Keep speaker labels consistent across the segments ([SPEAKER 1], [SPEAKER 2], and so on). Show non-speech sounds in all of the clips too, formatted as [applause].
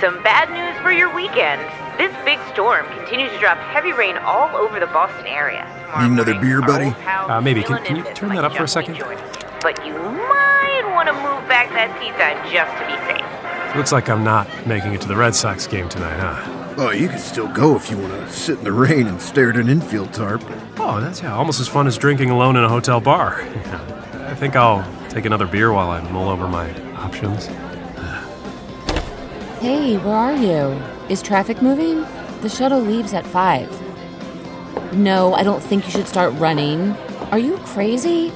[SPEAKER 1] Some bad news for your weekend. This big storm continues to drop heavy rain all over the Boston area. Tomorrow
[SPEAKER 2] Need another beer,
[SPEAKER 1] our
[SPEAKER 2] buddy?
[SPEAKER 1] old pal
[SPEAKER 3] Uh, maybe.
[SPEAKER 1] Dylan
[SPEAKER 3] Can- can you
[SPEAKER 1] Nimbus
[SPEAKER 3] turn
[SPEAKER 1] might
[SPEAKER 3] that up for a
[SPEAKER 1] just be
[SPEAKER 3] second?
[SPEAKER 1] joining you. But you might want to move back that pizza just to be safe.
[SPEAKER 3] Looks like I'm not making it to the Red Sox game tonight, huh?
[SPEAKER 2] Oh, you can still go if you want to sit in the rain and stare at an infield tarp.
[SPEAKER 3] Oh, that's yeah, almost as fun as drinking alone in a hotel bar. [laughs] Yeah. I think I'll take another beer while I mull over my options.
[SPEAKER 4] Hey, where are you? Is traffic moving? The shuttle leaves at 5. No, I don't think you should start running. Are you crazy?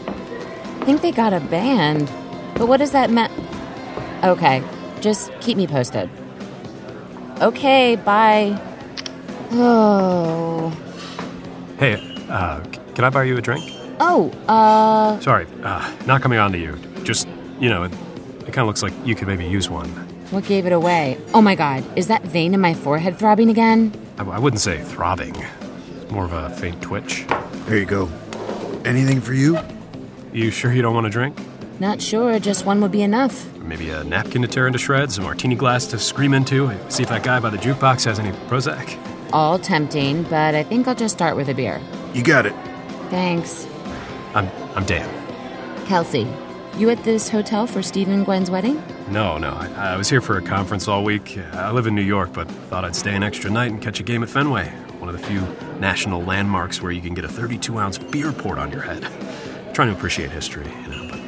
[SPEAKER 4] I think they got a band. But what does that mean? Okay, just keep me posted. Okay, bye. Oh.
[SPEAKER 3] Hey, uh, c- can I buy you a drink?
[SPEAKER 4] Oh, uh,
[SPEAKER 3] Sorry, uh, not coming on to you. Just, you know, it, it kind of looks like you could maybe use one.
[SPEAKER 4] what gave it away? Oh my god, is that vein in my forehead throbbing again?
[SPEAKER 3] I, I wouldn't say throbbing, It's more of a faint twitch.
[SPEAKER 2] There you go. Anything for you?
[SPEAKER 3] You sure you don't want a drink?
[SPEAKER 4] Not sure, just one would be enough.
[SPEAKER 3] Maybe a napkin to tear into shreds, a martini glass to scream into, and see if that guy by the jukebox has any Prozac.
[SPEAKER 4] All tempting, but I think I'll just start with a beer.
[SPEAKER 2] You got it.
[SPEAKER 4] Thanks.
[SPEAKER 3] I'm, I'm Dan.
[SPEAKER 4] Kelsey, you at this hotel for Steve and Gwen's wedding?
[SPEAKER 3] No, no. I, I was here for a conference all week. I live in New York, but thought I'd stay an extra night and catch a game at Fenway, one of the few national landmarks where you can get a 32 ounce beer poured on your head. Trying to appreciate history, you know, but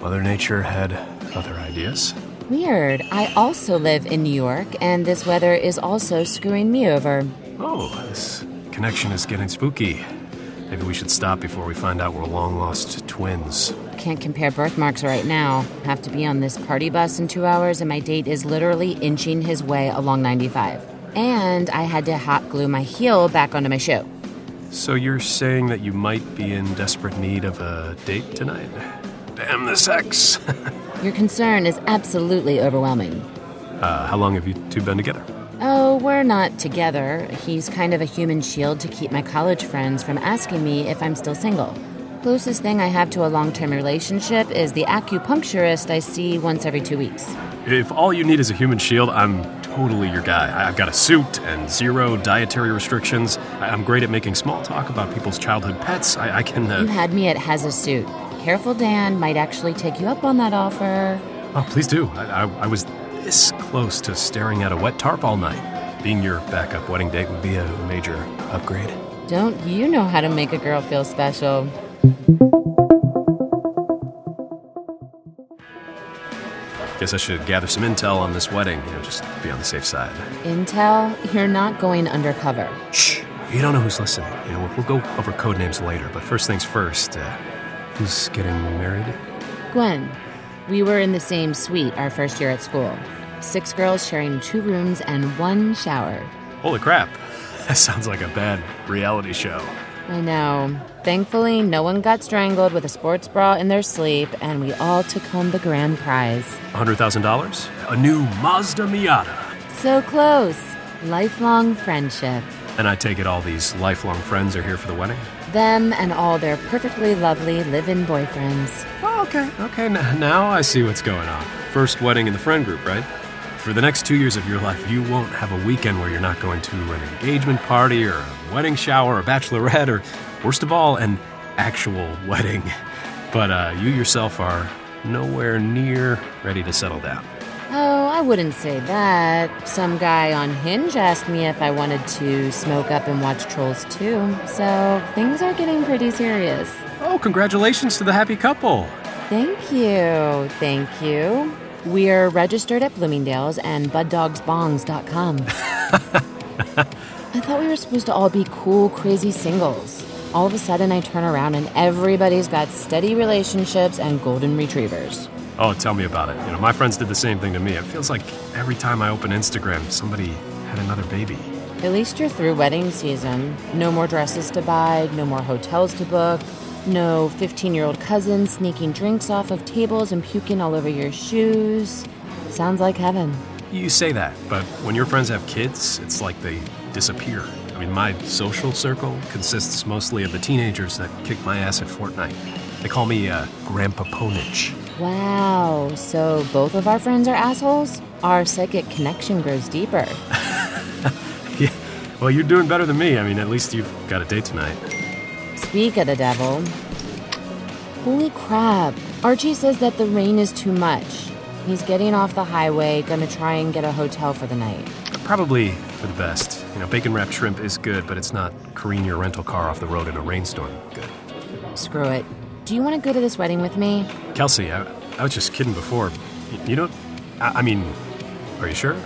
[SPEAKER 3] Mother Nature had other ideas.
[SPEAKER 4] Weird. I also live in New York, and this weather is also screwing me over.
[SPEAKER 3] Oh, this connection is getting spooky. Maybe we should stop before we find out we're long lost twins.
[SPEAKER 4] Can't compare birthmarks right now. Have to be on this party bus in two hours, and my date is literally inching his way along 95. And I had to hot glue my heel back onto my shoe.
[SPEAKER 3] So you're saying that you might be in desperate need of a date tonight? Damn the sex! [laughs]
[SPEAKER 4] Your concern is absolutely overwhelming.
[SPEAKER 3] Uh, how long have you two been together?
[SPEAKER 4] Oh, we're not together. He's kind of a human shield to keep my college friends from asking me if I'm still single. Closest thing I have to a long term relationship is the acupuncturist I see once every two weeks.
[SPEAKER 3] If all you need is a human shield, I'm totally your guy. I- I've got a suit and zero dietary restrictions. I- I'm great at making small talk about people's childhood pets. I, I can.
[SPEAKER 4] You
[SPEAKER 3] Uh...
[SPEAKER 4] had me at has a suit. Careful, Dan might actually take you up on that offer.
[SPEAKER 3] Oh, please do. I-, I-, I was this close to staring at a wet tarp all night. Being your backup wedding date would be a major upgrade.
[SPEAKER 4] Don't you know how to make a girl feel special?
[SPEAKER 3] Guess I should gather some intel on this wedding, you know, just be on the safe side.
[SPEAKER 4] Intel, you're not going undercover.
[SPEAKER 3] Shh. You don't know who's listening. You know, we'll go over code names later, but first things first, uh, who's getting married?
[SPEAKER 4] Gwen, we were in the same suite our first year at school. Six girls sharing two rooms and one shower.
[SPEAKER 3] Holy crap. That sounds like a bad reality show.
[SPEAKER 4] I know. Thankfully, no one got strangled with a sports bra in their sleep, and we all took home the grand prize.
[SPEAKER 3] $100,000? A new Mazda Miata.
[SPEAKER 4] So close! Lifelong friendship.
[SPEAKER 3] And I take it all these lifelong friends are here for the wedding?
[SPEAKER 4] Them and all their perfectly lovely live in boyfriends.
[SPEAKER 3] Oh, okay, okay. N- now I see what's going on. First wedding in the friend group, right? For the next two years of your life, you won't have a weekend where you're not going to an engagement party or a wedding shower or a bachelorette or, worst of all, an actual wedding. But uh, you yourself are nowhere near ready to settle down.
[SPEAKER 4] Oh, I wouldn't say that. Some guy on Hinge asked me if I wanted to smoke up and watch Trolls 2, so things are getting pretty serious.
[SPEAKER 3] Oh, congratulations to the happy couple.
[SPEAKER 4] Thank you. Thank you. We're registered at Bloomingdale's and [laughs] buddogsbongs.com. I thought we were supposed to all be cool, crazy singles. All of a sudden, I turn around and everybody's got steady relationships and golden retrievers.
[SPEAKER 3] Oh, tell me about it. You know, my friends did the same thing to me. It feels like every time I open Instagram, somebody had another baby.
[SPEAKER 4] At least you're through wedding season. No more dresses to buy, no more hotels to book, no 15 year old cousins sneaking drinks off of tables and puking all over your shoes. Sounds like heaven.
[SPEAKER 3] You say that, but when your friends have kids, it's like they disappear. I mean, my social circle consists mostly of the teenagers that kick my ass at Fortnite. They call me uh, Grandpa Ponich.
[SPEAKER 4] Wow, so both of our friends are assholes? Our psychic connection grows deeper.
[SPEAKER 3] Yeah. Well, you're doing better than me. I mean, at least you've got a date tonight.
[SPEAKER 4] Speak of the devil. Holy crap. Archie says that the rain is too much. He's getting off the highway, gonna try and get a hotel for the night.
[SPEAKER 3] Probably for the best. You know, bacon wrapped shrimp is good, but it's not careen your rental car off the road in a rainstorm. Good.
[SPEAKER 4] Screw it. Do you wanna go to this wedding with me?
[SPEAKER 3] Kelsey, I, I was just kidding before. Y- You don't. I, I mean, are you sure?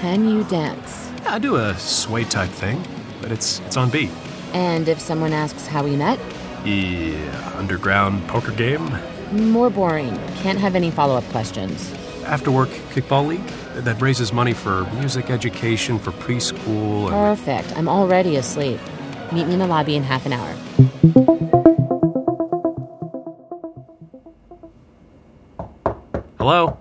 [SPEAKER 4] Can you dance?
[SPEAKER 3] Yeah, I do a sway type thing, but it's it's on beat.
[SPEAKER 4] And if someone asks how we met,
[SPEAKER 3] Yeah, underground poker game,
[SPEAKER 4] more boring. Can't have any follow up questions.
[SPEAKER 3] after work kickball league that raises money for music education for preschool. And,
[SPEAKER 4] Perfect. I'm already asleep. Meet me in the lobby in half an hour.
[SPEAKER 3] hello,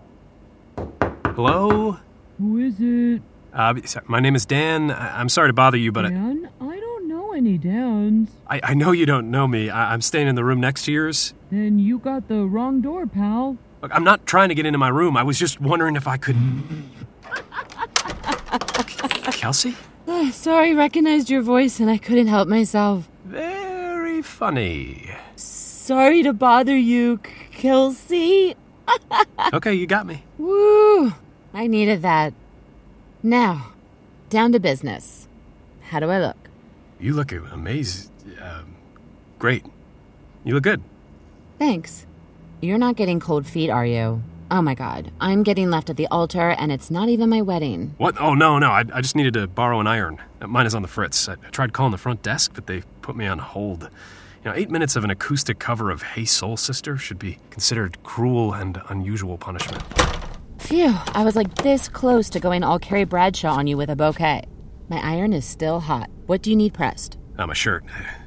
[SPEAKER 3] hello.
[SPEAKER 5] Who is it?
[SPEAKER 3] Uh, my name is Dan. I- I'm sorry to bother you, but I-
[SPEAKER 5] Dan? I don't know any Dans.
[SPEAKER 3] I, I know you don't know me. I, I'm staying in the room next to yours.
[SPEAKER 5] Then you got the wrong door, pal.
[SPEAKER 3] Look, I'm not trying to get into my room. I was just wondering if I could. Kelsey?
[SPEAKER 4] [sighs] Sorry, recognized your voice and I couldn't help myself.
[SPEAKER 3] Very funny.
[SPEAKER 4] Sorry to bother you, Kelsey.
[SPEAKER 3] Okay, you got me.
[SPEAKER 4] Woo! I needed that. Now, down to business. How do I look?
[SPEAKER 3] You look amazing. Um, great. You look good.
[SPEAKER 4] Thanks. You're not getting cold feet, are you? Oh my god, I'm getting left at the altar and it's not even my wedding.
[SPEAKER 3] What? Oh, no, no. I, I just needed to borrow an iron. Uh, Mine is on the fritz. I, I tried calling the front desk, but they put me on hold. You know, eight minutes of an acoustic cover of Hey Soul Sister should be considered cruel and unusual punishment.
[SPEAKER 4] Phew, I was like this close to going all Carrie Bradshaw on you with a bouquet. My iron is still hot. What do you need pressed?
[SPEAKER 3] on my shirt.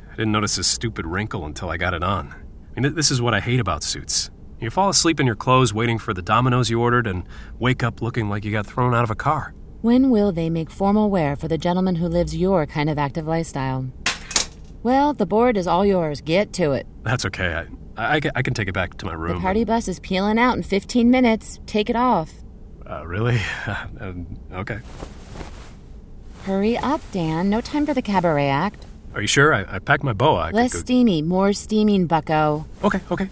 [SPEAKER 3] I didn't notice this stupid wrinkle until I got it on. I mean, th- this is what I hate about suits. You fall asleep in your clothes waiting for the dominoes you ordered and wake up looking like you got thrown out of a car.
[SPEAKER 4] When will they make formal wear for the gentleman who lives your kind of active lifestyle? Well, the board is all yours. Get to it.
[SPEAKER 3] That's okay. I, I, I ca- I can take it back to my
[SPEAKER 4] The
[SPEAKER 3] room.
[SPEAKER 4] party bus is peeling out in 15 minutes. Take it off.
[SPEAKER 3] Uh, really? [laughs] um, okay.
[SPEAKER 4] Hurry up, Dan. No time for the cabaret act.
[SPEAKER 3] Are you sure? I, I packed my boa. I could
[SPEAKER 4] Less
[SPEAKER 3] go-
[SPEAKER 4] steamy, more steaming, bucko.
[SPEAKER 3] Okay, okay.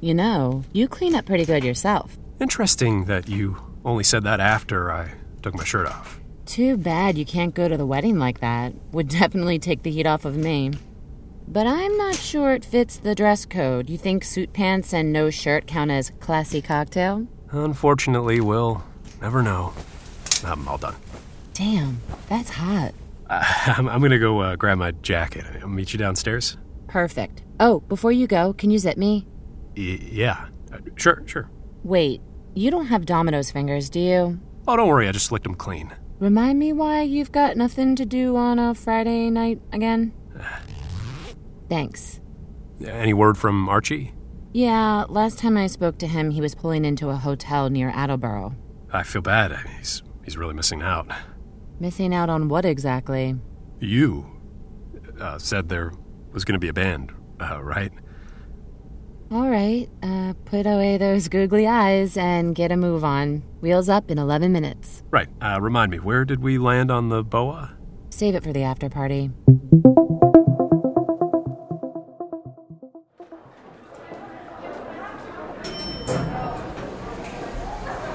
[SPEAKER 4] You know, you clean up pretty good yourself.
[SPEAKER 3] Interesting that you only said that after I took my shirt off.
[SPEAKER 4] Too bad you can't go to the wedding like that. Would [laughs] definitely take the heat off of me. But I'm not sure it fits the dress code. You think suit pants and no shirt count as classy cocktail?
[SPEAKER 3] Unfortunately, we'll never know. I'm all done. [laughs]
[SPEAKER 4] Damn, that's hot.
[SPEAKER 3] I'm, I'm gonna go uh, grab my jacket. I'll meet you downstairs.
[SPEAKER 4] Perfect. Oh, before you go, can you zip me?
[SPEAKER 3] Y- yeah. Uh, Sure, sure.
[SPEAKER 4] Wait, you don't have Domino's fingers, do you?
[SPEAKER 3] Oh, don't worry. I just licked them clean.
[SPEAKER 4] Remind me why you've got nothing to do on a Friday night again? Thanks.
[SPEAKER 3] Any word from Archie?
[SPEAKER 4] Yeah, last time I spoke to him, he was pulling into a hotel near Attleboro.
[SPEAKER 3] I feel bad. I mean, He's he's really missing out.
[SPEAKER 4] Missing out on what exactly?
[SPEAKER 3] You uh, said there was going to be a band, uh, right?
[SPEAKER 4] All right, uh, put away those googly eyes and get a move on. Wheels up in 11 minutes.
[SPEAKER 3] Right. Uh, remind me, where did we land on the boa?
[SPEAKER 4] Save it for the after party.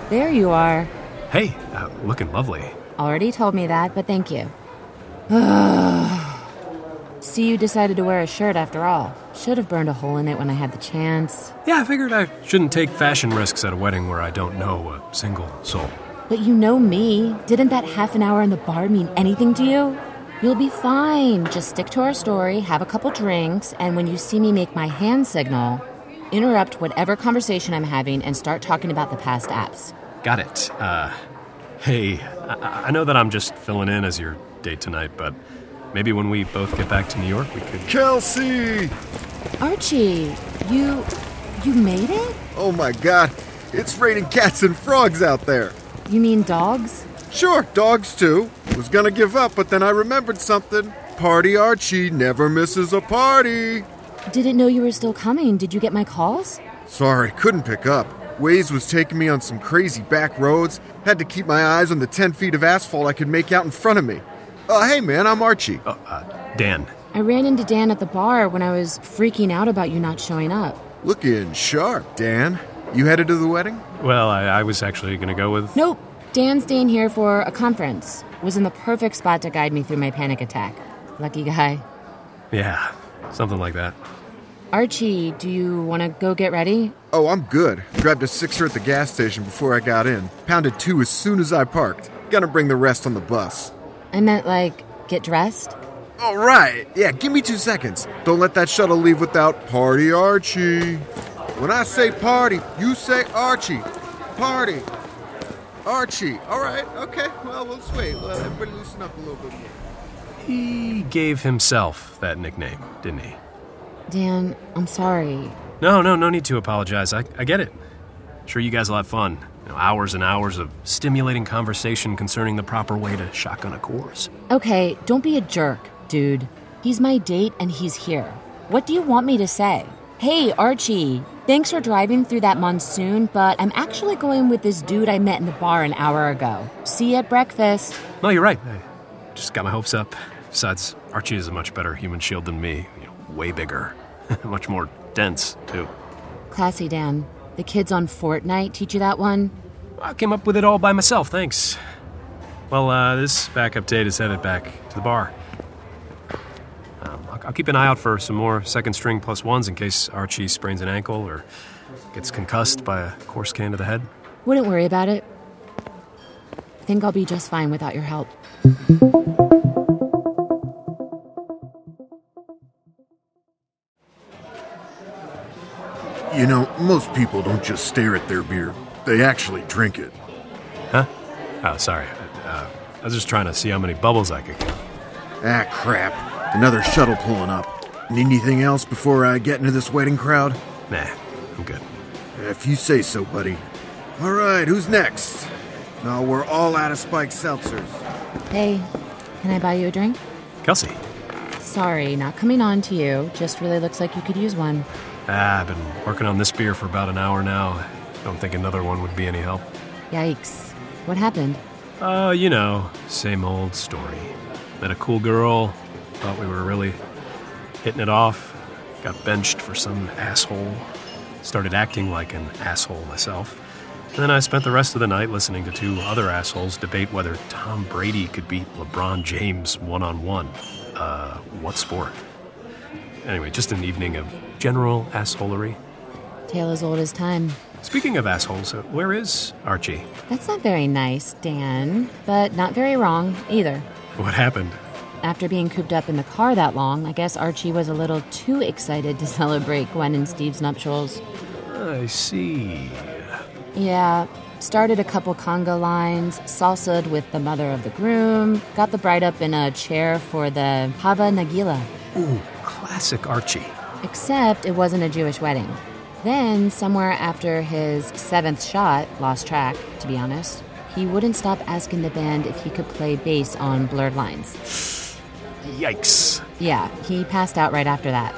[SPEAKER 4] There you are.
[SPEAKER 3] Hey, uh, looking lovely.
[SPEAKER 4] Already told me that, but thank you. [sighs] See, you decided to wear a shirt after all. Should have burned a hole in it when I had the chance.
[SPEAKER 3] Yeah, I figured I shouldn't take fashion risks at a wedding where I don't know a single soul.
[SPEAKER 4] But you know me. Didn't that half an hour in the bar mean anything to you? You'll be fine. Just stick to our story, have a couple drinks, and when you see me make my hand signal, interrupt whatever conversation I'm having and start talking about the past apps.
[SPEAKER 3] Got it. Uh, hey, I- I-, I know that I'm just filling in as your date tonight, but maybe when we both get back to New York, we could.
[SPEAKER 2] Kelsey!
[SPEAKER 4] Archie, you. you made it?
[SPEAKER 2] Oh my god, it's raining cats and frogs out there.
[SPEAKER 4] You mean dogs?
[SPEAKER 2] Sure, dogs too. Was gonna give up, but then I remembered something. Party Archie never misses a party.
[SPEAKER 4] Didn't know you were still coming. Did you get my calls?
[SPEAKER 2] Sorry, couldn't pick up. Waze was taking me on some crazy back roads. Had to keep my eyes on the 10 feet of asphalt I could make out in front of me. Uh, hey man, I'm Archie.
[SPEAKER 3] Oh, uh, Dan.
[SPEAKER 4] I ran into Dan at the bar when I was freaking out about you not showing up.
[SPEAKER 2] Looking sharp, Dan. You headed to the wedding?
[SPEAKER 3] Well, I, I was actually going to go with.
[SPEAKER 4] Nope, Dan's staying here for a conference. Was in the perfect spot to guide me through my panic attack. Lucky guy.
[SPEAKER 3] Yeah, something like that.
[SPEAKER 4] Archie, do you want to go get ready?
[SPEAKER 2] Oh, I'm good. Grabbed a sixer at the gas station before I got in. Pounded two as soon as I parked. Gonna bring the rest on the bus.
[SPEAKER 4] I meant, like, get dressed?
[SPEAKER 2] All right. Yeah, give me two seconds. Don't let that shuttle leave without Party Archie. When I say party, you say Archie. Party. Archie. All right. Okay. Well, we'll just wait. Let everybody loosen up a little bit more.
[SPEAKER 3] He gave himself that nickname, didn't he?
[SPEAKER 4] Dan, I'm sorry.
[SPEAKER 3] No, no, no need to apologize. I, I get it. Sure, you guys will have fun. You know, hours and hours of stimulating conversation concerning the proper way to shotgun a course.
[SPEAKER 4] Okay, don't be a jerk, dude. He's my date and he's here. What do you want me to say? Hey, Archie, thanks for driving through that monsoon, but I'm actually going with this dude I met in the bar an hour ago. See you at breakfast.
[SPEAKER 3] No, you're right. I just got my hopes up. Besides, Archie is a much better human shield than me. You know, way bigger, [laughs] much more dense, too.
[SPEAKER 4] Classy, Dan. The kids on Fortnite teach you that one?
[SPEAKER 3] I came up with it all by myself, thanks. Well, uh, this backup date is headed back to the bar. Um, I'll, I'll keep an eye out for some more second string plus ones in case Archie sprains an ankle or gets concussed by a course can to the head.
[SPEAKER 4] Wouldn't worry about it. I think I'll be just fine without your help.
[SPEAKER 2] You know, most people don't just stare at their beer, they actually drink it.
[SPEAKER 3] Huh? Oh, sorry. Uh, I was just trying to see how many bubbles I could get.
[SPEAKER 2] Ah, crap. Another shuttle pulling up. Need anything else before I get into this wedding crowd?
[SPEAKER 3] Nah, I'm good.
[SPEAKER 2] If you say so, buddy. All right, who's next? No, we're all out of spiked seltzers.
[SPEAKER 4] Hey, can I buy you a drink?
[SPEAKER 3] Kelsey.
[SPEAKER 4] Sorry, not coming on to you. Just really looks like you could use one.
[SPEAKER 3] Ah, I've been working on this beer for about an hour now. Don't think another one would be any help.
[SPEAKER 4] Yikes. What happened?
[SPEAKER 3] Uh, you know, same old story. Met a cool girl, thought we were really hitting it off, got benched for some asshole, started acting like an asshole myself. And then I spent the rest of the night listening to two other assholes debate whether Tom Brady could beat LeBron James one on one. Uh, what sport? Anyway, just an evening of general assholery.
[SPEAKER 4] Tale as old as time.
[SPEAKER 3] Speaking of assholes, uh, where is Archie?
[SPEAKER 4] That's not very nice, Dan, but not very wrong either.
[SPEAKER 3] What happened?
[SPEAKER 4] After being cooped up in the car that long, I guess Archie was a little too excited to [laughs] celebrate Gwen and Steve's nuptials.
[SPEAKER 3] I see.
[SPEAKER 4] Yeah, started a couple conga lines, salsaed with the mother of the groom, got the bride up in a chair for the Hava Nagila.
[SPEAKER 3] Ooh, classic Archie.
[SPEAKER 4] Except it wasn't a Jewish wedding. Then, somewhere after his seventh shot, lost track, to be honest, he wouldn't stop asking the band if he could play bass on Blurred Lines.
[SPEAKER 3] Yikes.
[SPEAKER 4] Yeah, he passed out right after that.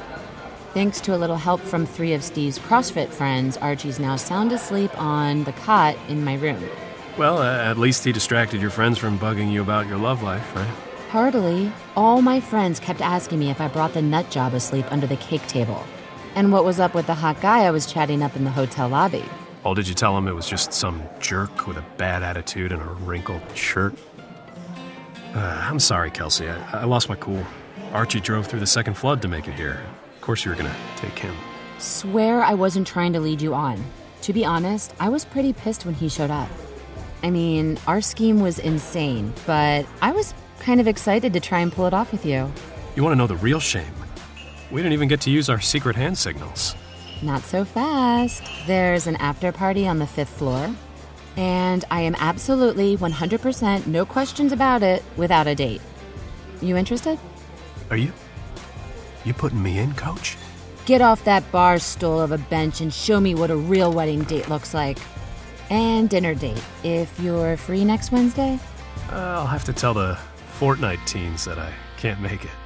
[SPEAKER 4] Thanks to a little help from three of Steve's CrossFit friends, Archie's now sound asleep on the cot in my room.
[SPEAKER 3] Well, uh, at least he distracted your friends from bugging you about your love life, right?
[SPEAKER 4] Hardly. All my friends kept asking me if I brought the nut job asleep under the cake table. And what was up with the hot guy I was chatting up in the hotel lobby?
[SPEAKER 3] Oh, did you tell him it was just some jerk with a bad attitude and a wrinkled shirt? Uh, I'm sorry, Kelsey. I, I lost my cool. Archie drove through the second flood to make it here. Of course, you were going to take him.
[SPEAKER 4] Swear I wasn't trying to lead you on. To be honest, I was pretty pissed when he showed up. I mean, our scheme was insane, but I was kind of excited to try and pull it off with you.
[SPEAKER 3] You want to know the real shame? We didn't even get to use our secret hand signals.
[SPEAKER 4] Not so fast. There's an after party on the fifth floor, and I am absolutely 100% no questions about it without a date. You interested?
[SPEAKER 3] Are you? You putting me in, coach?
[SPEAKER 4] Get off that bar stool of a bench and show me what a real wedding date looks like. And dinner date, if you're free next Wednesday.
[SPEAKER 3] Uh, I'll have to tell the Fortnite teens that I can't make it.